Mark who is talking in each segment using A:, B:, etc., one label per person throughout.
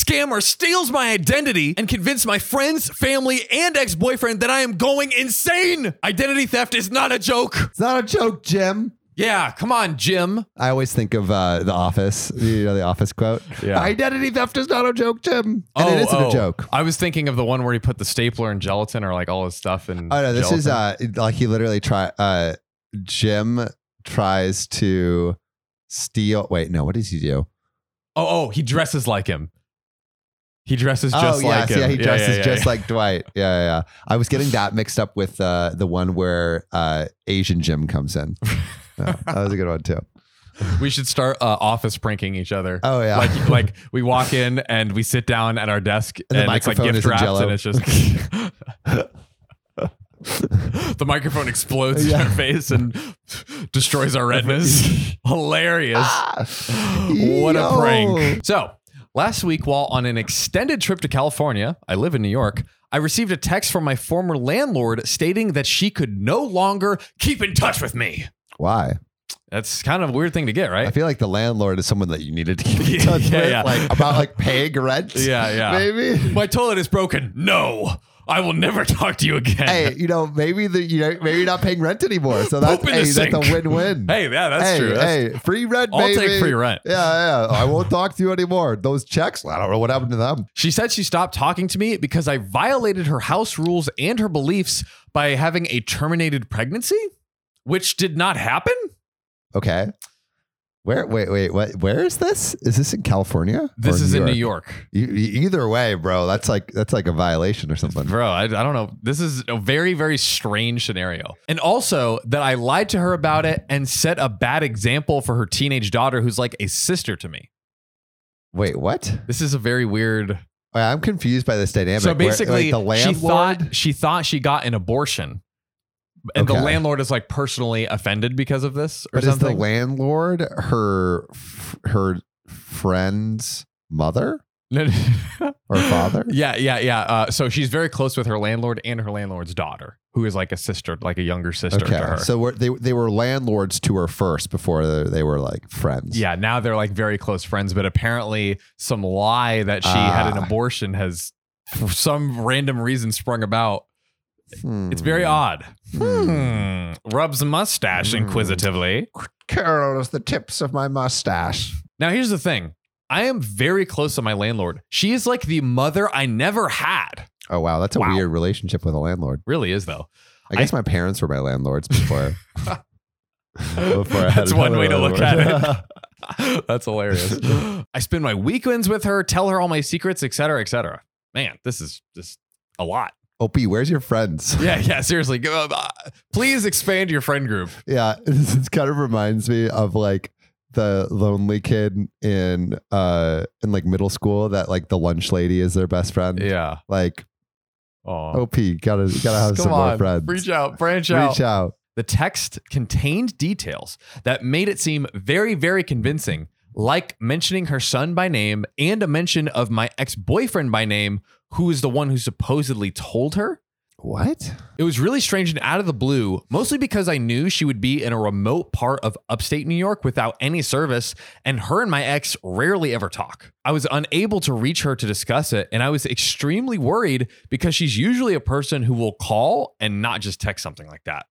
A: scammer steals my identity and convinced my friends, family, and ex boyfriend that I am going insane. Identity theft is not a joke.
B: It's not a joke, Jim.
A: Yeah, come on, Jim.
B: I always think of uh, the Office. You know the Office quote.
C: Yeah. Oh,
B: Identity theft is not a joke, Jim. And it isn't a joke.
C: I was thinking of the one where he put the stapler and gelatin or like all his stuff and.
B: Oh no, this is uh like he literally try uh Jim tries to steal wait, no, what does he do?
C: oh, oh, he dresses like him. He dresses just
B: oh
C: like
B: yes,
C: him.
B: yeah, he dresses
C: yeah,
B: just
C: yeah.
B: like Dwight. Yeah, yeah, yeah. I was getting that mixed up with uh the one where uh Asian Jim comes in. No, that was a good one too.
C: We should start uh, office pranking each other.
B: Oh, yeah.
C: like like we walk in and we sit down at our desk
B: And the
C: and, it's like
B: microphone
C: gift
B: is in
C: wraps
B: Jell-O.
C: and it's just. the microphone explodes
B: Yeah.
C: in our face and destroys our retinas. Hilarious. what a
B: Yo.
C: prank. So, last week, while on an extended trip to California, I live in New York, I received a text from my former landlord stating that she could no longer keep in touch with me.
B: Why?
C: That's kind of a weird thing to get, right?
B: I feel like the landlord is someone that you needed to keep in
C: Yeah,
B: touch with,
C: yeah.
B: like about like paying rent.
C: Yeah, yeah.
B: Maybe.
C: My toilet is broken. No, I will never talk to you again.
B: Hey, you know, maybe the you know maybe you're not paying rent anymore. So that's
C: Poop in the
B: hey, that's a
C: sink.
B: win-win.
C: Hey, yeah, that's
B: hey,
C: true. That's-
B: hey, free rent,
C: I'll take
B: baby.
C: free rent.
B: Yeah, yeah. I won't talk to you anymore. Those checks, I don't know what happened to them.
C: She said she stopped talking to me because I violated her house rules and her beliefs by having a terminated pregnancy, which did not happen.
B: Okay. Where? Wait, wait. What? Where is this? Is this in California?
C: This
B: or
C: is in New York.
B: E- e- either way, bro, that's like that's like a violation or something.
C: Bro, I, I don't know. This is a very, very strange scenario. And also that I lied to her about it and set a bad example for her teenage daughter, who's like a sister to me.
B: Wait, what?
C: This is a very weird.
B: Wait, I'm confused by this dynamic.
C: so
B: Where- like,
C: basically, she
B: the landlord.
C: thought she thought she got an abortion, and the
B: Okay.
C: landlord is like personally offended because of this or
B: but is the
C: something.
B: landlord her f- her friend's mother or father?
C: yeah, yeah, yeah. Uh, so she's very close with her landlord and her landlord's daughter, who is like a sister, like a younger sister to her.
B: So we're, they they were landlords to her first before they, they were like friends.
C: yeah, now they're like very close friends, but apparently some lie that she had an
B: Ah.
C: abortion has for some random reason sprung about.
B: Hmm.
C: It's very odd. Hmm. Rubs mustache
B: Hmm.
C: inquisitively.
B: Carol is the tips of my mustache.
C: Now, here's the thing I am very close to my landlord. She is like the mother I never had.
B: Oh wow, that's a
C: Wow.
B: weird relationship with a landlord.
C: Really is, though.
B: I guess my parents were my landlords before. before I had
C: That's one way to look at
B: another landlord.
C: it. That's hilarious. I spend my weekends with her, tell her all my secrets, et cetera, et cetera. Man, this is just a lot.
B: Opie, where's your friends?
C: Yeah, yeah, seriously. Go- uh, Please expand your friend group.
B: Yeah, this is- kind of reminds me of like the lonely kid in uh in like middle school that like the lunch lady is their best friend.
C: Yeah.
B: Like
C: Oh,
B: OP, gotta gotta have some more friends.
C: Reach out, branch
B: Reach
C: out.
B: out.
C: The text contained details that made it seem very, very convincing, like mentioning her son by name and a mention of my ex boyfriend by name, who is the one who supposedly told her.
B: What?
C: It was really strange and out of the blue, mostly because I knew she would be in a remote part of upstate New York without any service, and her and my ex rarely ever talk. I was unable to reach her to discuss it, and I was extremely worried because she's usually a person who will call and not just text something like that.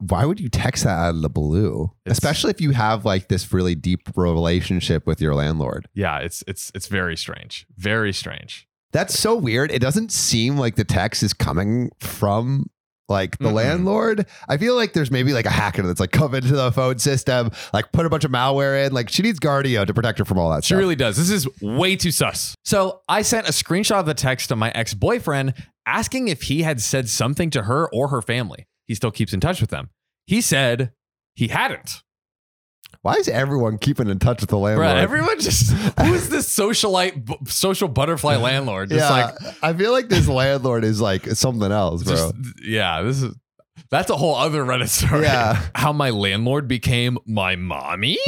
B: Why would you text that out of the blue?
C: It's-
B: Especially if you have like this really deep relationship with your landlord.
C: yeah, it's it's it's very strange, very strange.
B: That's so weird. It doesn't seem like the text is coming from like the
C: Mm-mm.
B: landlord. I feel like there's maybe like a hacker that's like come into the phone system, like put a bunch of malware in. Like she needs Guardio to protect her from all that
C: She
B: stuff.
C: really does. This is way too sus. So I sent a screenshot of the text to my ex boyfriend asking if he had said something to her or her family. He still keeps in touch with them. He said he hadn't.
B: Why is everyone keeping in touch with the landlord?
C: Bruh, everyone just who is this socialite, bu- social butterfly landlord? Just
B: yeah,
C: like,
B: I feel like this landlord is like something else, bro.
C: just, yeah, this is. That's a whole other Reddit story.
B: Yeah.
C: How my landlord became my mommy?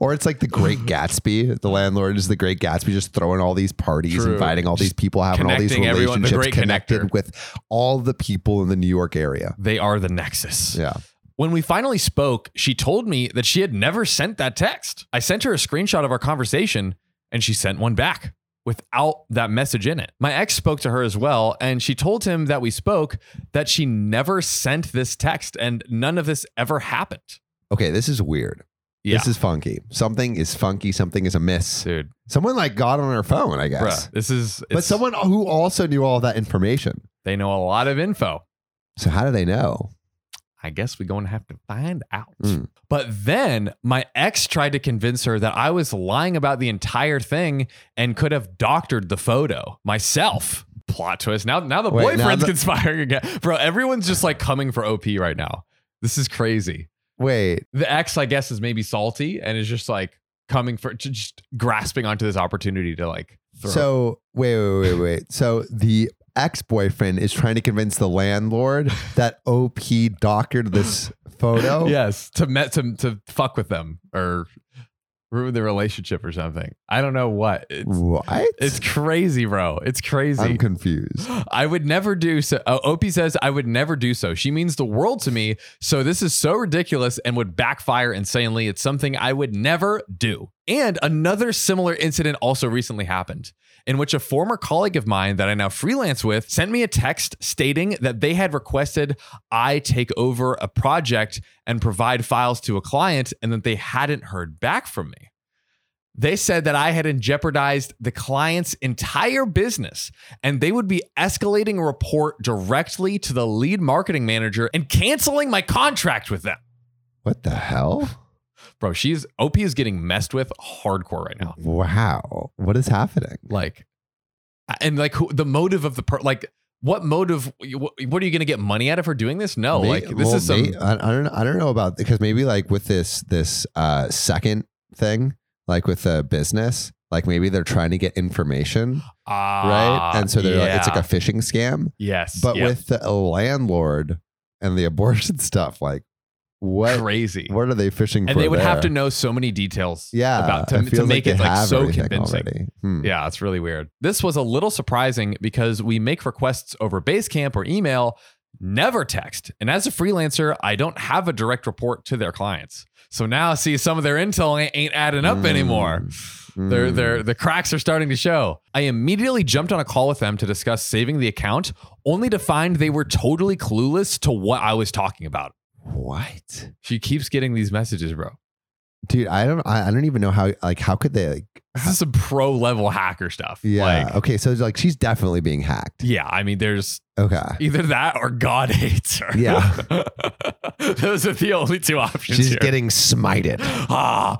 B: Or it's like the Great Gatsby. The landlord is the Great Gatsby, just throwing all these parties,
C: True.
B: inviting all these people, having all these
C: Connecting everyone, the
B: relationships,
C: great
B: connected
C: connector.
B: with all the people in the New York area.
C: They are the nexus.
B: Yeah,
C: When we finally spoke, she told me that she had never sent that text. I sent her a screenshot of our conversation and she sent one back without that message in it. My ex spoke to her as well, and she told him that we spoke that she never sent this text and none of this ever happened.
B: Okay, this is weird.
C: Yeah.
B: This is funky. Something is funky. Something is amiss.
C: Dude,
B: Someone like got on her phone, I guess.
C: bruh, this is
B: But
C: it's-
B: someone who also knew all that information.
C: they know a lot of info.
B: So how do they know?
C: I guess we're going to have to find out.
B: Mm.
C: But then my ex tried to convince her that I was lying about the entire thing and could have doctored the photo myself. Plot twist. Now, now the
B: Wait, now
C: boyfriend's
B: the-
C: conspiring again. Bro, everyone's just like coming for OP right now. This is crazy.
B: Wait,
C: The ex, I guess, is maybe salty and is just like coming for, j- just grasping onto this opportunity to like throw.
B: so wait, wait, wait, wait. So the ex-boyfriend is trying to convince the landlord that OP doctored this photo.
C: yes, to met to to fuck with them or ruin the relationship or something. I don't know what. It's,
B: What?
C: It's crazy, bro. It's
B: I'm
C: crazy.
B: confused.
C: I would never do so. Uh, Opie says, I would never do so. She means the world to me. So this is so ridiculous and would backfire insanely. It's something I would never do. And another similar incident also recently happened in which a former colleague of mine that I now freelance with sent me a text stating that they had requested I take over a project and provide files to a client and that they hadn't heard back from me. They said that I had jeopardized the client's entire business and they would be escalating a report directly to the lead marketing manager and canceling my contract with them.
B: What the hell?
C: Bro, she's OP is getting messed with hardcore right now.
B: Wow. What is happening?
C: Like, and like who, the motive of the per, like, what motive? What, what are you going to get money out of her doing this? No,
B: May-
C: Oh, like this
B: well,
C: is some.
B: may- I, I don't I don't know about because maybe like with this this uh second thing like with the business like maybe they're trying to get information right
C: Ah,
B: and so they're like it's
C: yeah.
B: like a phishing scam
C: yes,
B: but
C: yeah.
B: with the landlord and the abortion stuff like what
C: crazy.
B: what are they fishing for
C: and they would have to
B: there?
C: know so many details
B: yeah
C: about to,
B: it
C: to
B: feels
C: make
B: they
C: it like
B: have
C: so
B: everything
C: convincing.
B: already. Hmm.
C: Yeah, it's really weird. This was a little surprising because we make requests over Basecamp or email, never text. And as a freelancer, I don't have a direct report to their clients. So now, see, some of their intel ain't- ain't adding up
B: Mm.
C: anymore. They're,
B: Mm.
C: they're, the cracks are starting to show. I immediately jumped on a call with them to discuss saving the account, only to find they were totally clueless to what I was talking about.
B: what
C: She keeps getting these messages, bro.
B: dude i don't I, I don't even know how like how could they like
C: This is some pro level hacker stuff.
B: yeah
C: Like,
B: okay so it's like she's definitely being hacked
C: yeah, I mean, there's
B: okay
C: Either that or God hates her.
B: Yeah.
C: Those are the only two options.
B: She's
C: here.
B: getting smited.
C: Ah.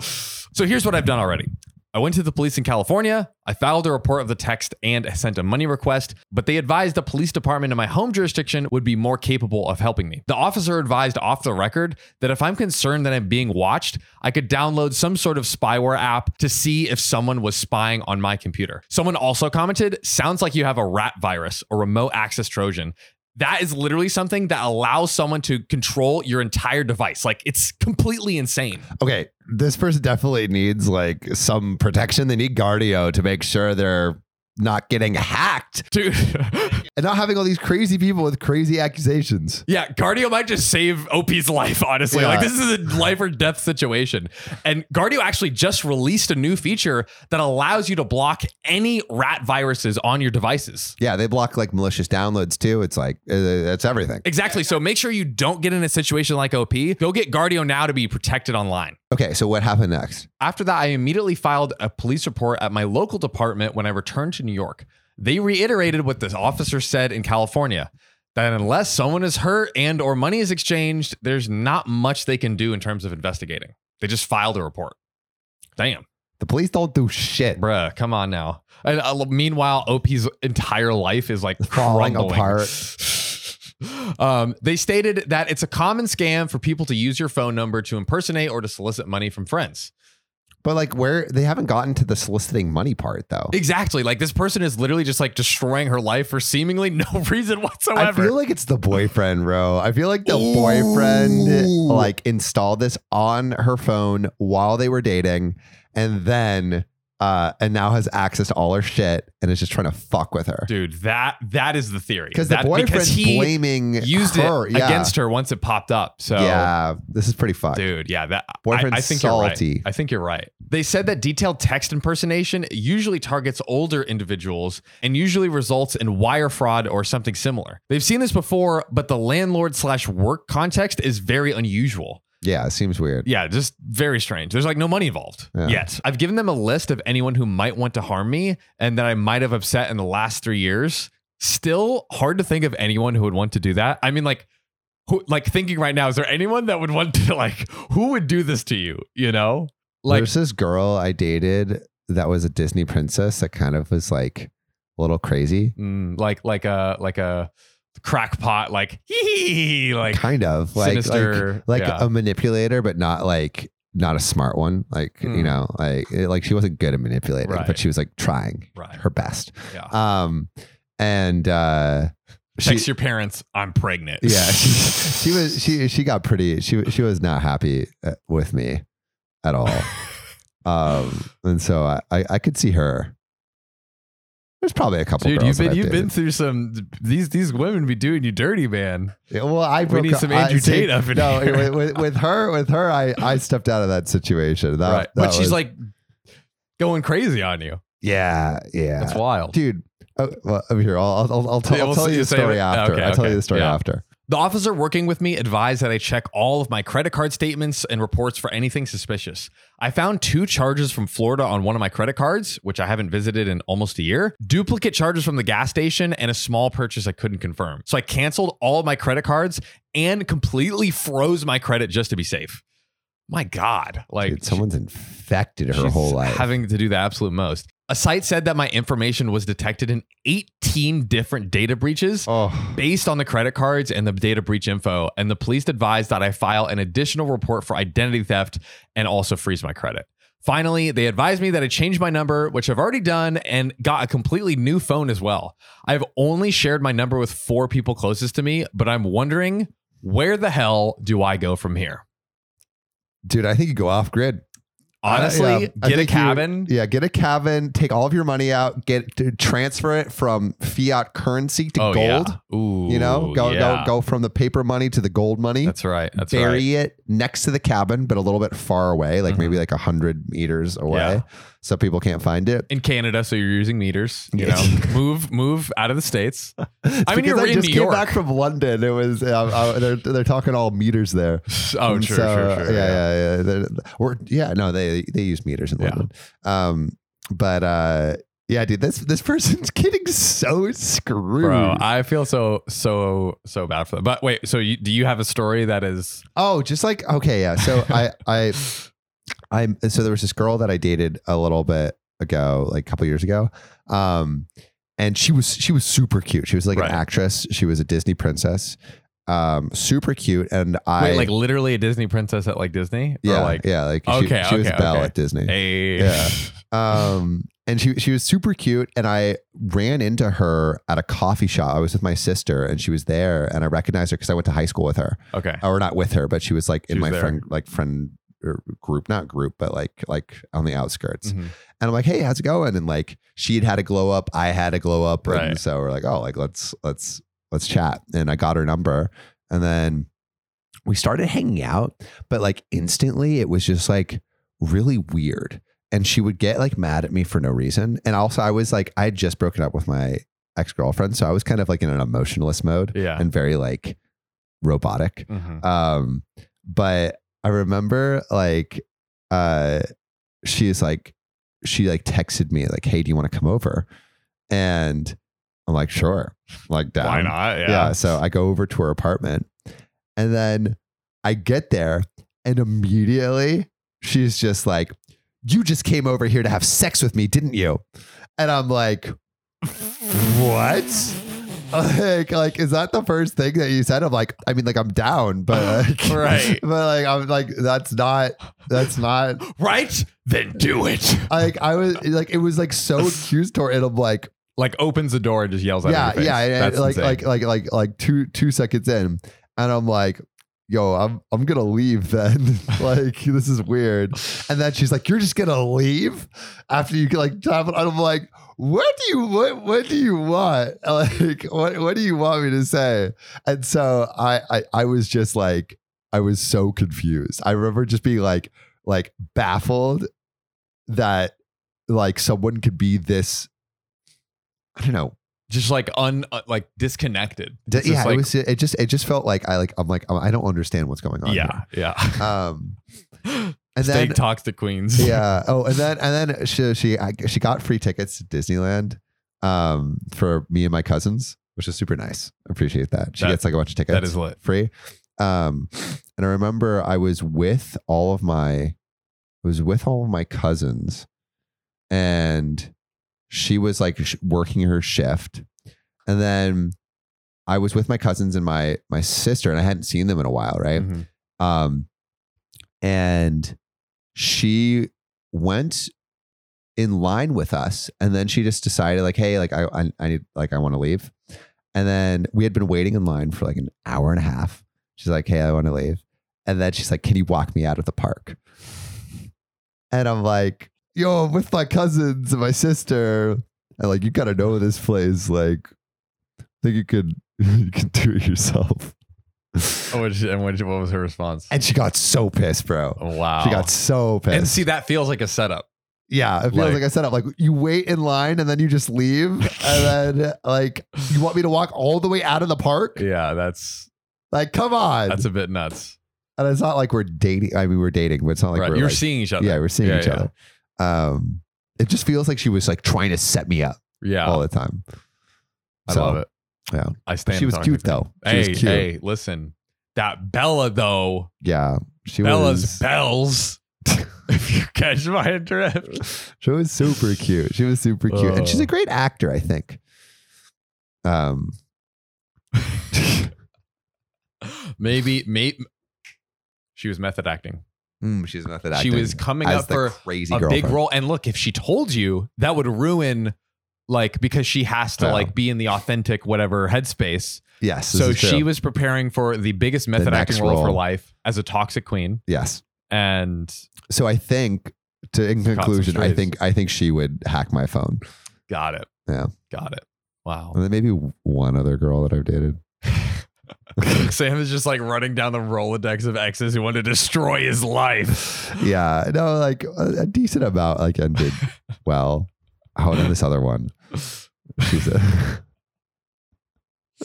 C: So here's what I've done already. I went to the police in California. I filed a report of the text and sent a money request, but they advised the police department in my home jurisdiction would be more capable of helping me. The officer advised off the record that if I'm concerned that I'm being watched, I could download some sort of spyware app to see if someone was spying on my computer. Someone also commented, sounds like you have a rat virus or remote access Trojan. That is literally something that allows someone to control your entire device. Like it's completely insane.
B: Okay, this person definitely needs like some protection. They need Guardio to make sure they're not getting hacked
C: Dude,
B: and not having all these crazy people with crazy accusations.
C: yeah, Guardio might just save OP's life, honestly. Like,
B: Yeah.
C: this is a life or death situation. And Guardio actually just released a new feature that allows you to block any rat viruses on your devices.
B: Yeah, they block like malicious downloads too. It's like uh, that's everything.
C: Exactly. So make sure you don't get in a situation like OP. Go get Guardio now to be protected online.
B: Okay, so what happened next?
C: After that, I immediately filed a police report at my local department when I returned to New York. They reiterated what the officer said in California that unless someone is hurt and or money is exchanged, there's not much they can do in terms of investigating. They just filed a report. Damn,
B: The police don't do shit.
C: bruh, come on now. And uh, meanwhile, OP's entire life is like
B: Falling
C: crumbling.
B: apart.
C: Um, they stated that it's a common scam for people to use your phone number to impersonate or to solicit money from friends.
B: But like, where they haven't gotten to the soliciting money part though.
C: Exactly. Like this person is literally just like destroying her life for seemingly no reason
B: I
C: whatsoever.
B: feel like it's the boyfriend, bro. I feel like the
C: Ooh.
B: boyfriend like installed this on her phone while they were dating and then uh, and now has access to all her shit and is just trying to fuck with her.
C: Dude, that that is the theory.
B: Because the
C: That-
B: boyfriend's
C: he
B: blaming
C: used
B: her.
C: it
B: yeah.
C: against her once it popped up. So
B: Yeah, this is pretty fucked.
C: Dude, yeah, that I-
B: Boyfriend's
C: I, think you're
B: salty.
C: right. I think you're right. They said that detailed text impersonation usually targets older individuals and usually results in wire fraud or something similar. They've seen this before, but the landlord slash work context is very unusual.
B: Yeah, it seems weird.
C: Yeah, just very strange. There's like no money involved
B: Yeah.
C: yet. I've given them a list of anyone who might want to harm me and that I might have upset in the last three years. Still hard to think of anyone who would want to do that. I mean, like, who, like thinking right now, is there anyone that would want to like who would do this to you? You know, like
B: There's this girl I dated that was a Disney princess that kind of was like a little crazy.
C: mm, like like a like a crackpot, like hee like
B: kind of like
C: sinister,
B: like, like
C: yeah.
B: a manipulator, but not like not a smart one. Like
C: Hmm.
B: you know, like it- like she wasn't good at manipulating,
C: Right.
B: but she was like trying
C: right,
B: her best.
C: yeah.
B: Um, and uh, she
C: Text your parents, I'm pregnant.
B: yeah she, she was she she got pretty she she was not happy uh, with me at all. um, and so I, I I could see her. There's probably a couple.
C: Dude,
B: girls
C: you've
B: that
C: been
B: I've
C: you've been
B: dated.
C: through some these these women be doing you dirty, man.
B: Yeah, Well, I
C: We
B: broke
C: need
B: up-
C: some
B: I-
C: Andrew
B: see,
C: Tate up in
B: no,
C: here.
B: with- With, with her, with her, I, I stepped out of that situation. That,
C: right.
B: that
C: but she's
B: was-
C: like going crazy on you.
B: yeah, yeah,
C: That's wild.
B: dude. Oh, well, over here, I'll I'll, I'll, tell-
C: Yeah,
B: I'll
C: we'll
B: tell
C: see-
B: you the
C: say
B: story
C: it.
B: after.
C: Okay,
B: I'll tell
C: okay.
B: you the story
C: Yeah.
B: after.
C: The officer working with me advised that I check all of my credit card statements and reports for anything suspicious. I found two charges from Florida on one of my credit cards, which I haven't visited in almost a year, duplicate charges from the gas station, and a small purchase I couldn't confirm. So I canceled all of my credit cards and completely froze my credit just to be safe. My God. Like,
B: Dude, someone's infected her
C: She's
B: whole life.
C: Having to do the absolute most. A site said that my information was detected in 18 different data breaches
B: oh,
C: based on the credit cards and the data breach info. And the police advised that I file an additional report for identity theft and also freeze my credit. Finally, they advised me that I change my number, which I've already done, and got a completely new phone as well. I've only shared my number with four people closest to me, but I'm wondering where the hell do I go from here?
B: dude, I think you go off grid. I-
C: Honestly,
B: Uh, yeah, I
C: get a
B: think you-
C: cabin.
B: Yeah, get a cabin, take all of your money out, get to transfer it from fiat currency to gold.
C: Oh, Yeah. Ooh,
B: You know, go
C: yeah.
B: go go from the paper money to the gold money.
C: That's right. That's right.
B: bury it next to the cabin, but a little bit far away, like maybe like a hundred meters away,
C: Mm-hmm. Yeah.
B: so people can't find it.
C: In Canada, so you're using meters. You
B: Yeah.
C: know, move move out of the states. I mean,
B: Because
C: you're
B: I
C: in
B: just
C: New
B: came
C: York.
B: back from London. It was uh, uh, they're, they're talking all meters there.
C: oh,
B: And
C: sure,
B: so,
C: sure, sure.
B: Yeah, yeah, yeah. They're- Or yeah, no, they they use meters in
C: Yeah.
B: London. Um, but uh, yeah, dude, this this person's getting so screwed.
C: Bro, I feel so so so bad for that. But wait, so you, do you have a story that is
B: Oh, just like okay, yeah. So I I I so there was this girl that I dated a little bit ago, like a couple years ago. Um and she was she was super cute. She was like
C: Right.
B: an actress. She was a Disney princess. Um super cute and I
C: wait, like literally a Disney princess at like Disney?
B: yeah,
C: Or like
B: yeah, like she,
C: Okay,
B: she was
C: okay,
B: Belle
C: okay.
B: at Disney.
C: hey,
B: Yeah. Um and she she was super cute and I ran into her at a coffee shop. I was with my sister and she was there and I recognized her cuz I went to high school with her
C: okay.
B: or not with her, but she was like
C: She
B: in
C: was
B: my
C: there.
B: friend like friend or group, not group, but like like on the outskirts.
C: Mhm.
B: And I'm like, hey, how's it going? And like she'd had a glow up, I had a glow up,
C: Right.
B: and so we're like, oh, like let's let's let's chat. And I got her number, and then we started hanging out, but like instantly it was just like really weird. And she would get like mad at me for no reason. And also, I was like, I had just broken up with my ex girlfriend. So I was kind of like in an emotionless mode
C: Yeah.
B: and very like robotic.
C: Mhm.
B: Um, but I remember like uh she's like she like texted me like, Hey, do you want to come over? And I'm like, sure. Like down.
C: Why not?
B: Yeah. So I go over to her apartment and then I get there and immediately she's just like, You just came over here to have sex with me, didn't you? And I'm like, What? Like, like, is that the first thing that you said? I'm like, I mean, like, I'm down, but like,
C: Right.
B: but like, I'm like, that's not, that's not,
C: Right? Then do it.
B: like, I was like, it was like so accusatory, and I'm like,
C: Like opens the door and just yells out.
B: yeah,
C: in your face.
B: yeah, and- and
C: That's
B: like
C: insane.
B: like like like like two two seconds in, and I'm like, yo, I'm I'm gonna leave then. like this is weird. And then she's like, you're just gonna leave after you like tap it. And I'm like, what do you what what do you want? Like what what do you want me to say? And so I I, I was just like I was so confused. I remember just being like like baffled that like someone could be this I don't know
C: Just like un uh, like disconnected.
B: D-
C: It's
B: yeah,
C: just like-
B: it was. It just. It just felt like I like. I'm like. I don't understand what's going on.
C: yeah, yeah.
B: here. Um. And
C: Stay
B: then.
C: toxic queens.
B: yeah. Oh, and then and then she she I, she got free tickets to Disneyland, um, for me and my cousins, which is super nice. I appreciate that. She
C: That-
B: gets like a bunch of tickets
C: that is lit.
B: free. Um, and I remember I was with all of my, I was with all of my cousins, and she was like sh- working her shift, and then I was with my cousins and my my sister, and I hadn't seen them in a while, right?
C: Mhm.
B: Um, and she went in line with us, and then she just decided like, hey, like I I, I need like I want to leave, and then we had been waiting in line for like an hour and a half. She's like, hey, I want to leave, and then she's like, can you walk me out of the park? And I'm like, yo, I'm with my cousins and my sister, and like you gotta know this place, like. I think you could you could do it yourself.
C: Oh, what did she- and what, did- what was her response?
B: And she got so pissed, bro.
C: Oh, wow.
B: She got so pissed.
C: and see, that feels like a setup.
B: yeah, it feels like,
C: like-
B: I set up. Like you wait in line and then you just leave, and then like you want me to walk all the way out of the park?
C: Yeah, that's
B: Like, come on!
C: that's a bit nuts.
B: and it's not like we're dating. I mean, we're dating, but it's not like
C: right,
B: we're
C: you're
B: like,
C: seeing each other.
B: yeah, we're seeing
C: Yeah,
B: each
C: yeah.
B: other. Um, it just feels like she was like trying to set me up
C: Yeah,
B: all the time.
C: I
B: so,
C: love it.
B: yeah.
C: I stand.
B: She was
C: tongue.
B: cute though. She
C: Hey,
B: was cute.
C: hey, listen, that Bella though,
B: Yeah, she
C: Bella's
B: was.
C: bells. if you catch my drift,
B: She was super cute. She was super cute, and she's
C: Oh.
B: a great actor. I think. Um,
C: maybe, maybe she was method acting.
B: Mm, she's method
C: She was coming
B: as
C: up
B: the
C: for
B: crazy
C: a big
B: girlfriend.
C: role. And look, if she told you, that would ruin. Like because she has to
B: Yeah.
C: like be in the authentic whatever headspace,
B: Yes. this
C: so
B: is
C: she
B: true.
C: was preparing for the biggest method
B: next
C: acting role, for
B: role.
C: life as a toxic queen,
B: Yes.
C: and
B: So I think to in conclusion, I
C: strays.
B: think I think she would hack my phone,
C: got it,
B: Yeah.
C: got it. Wow,
B: and then maybe one other girl that I've dated.
C: Sam is just like running down the Rolodex of exes who want to destroy his life.
B: Yeah. No, like a, a decent amount. Like ended well. How about this other one? She's a.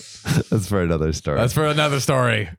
B: That's for another story.
C: That's for another story.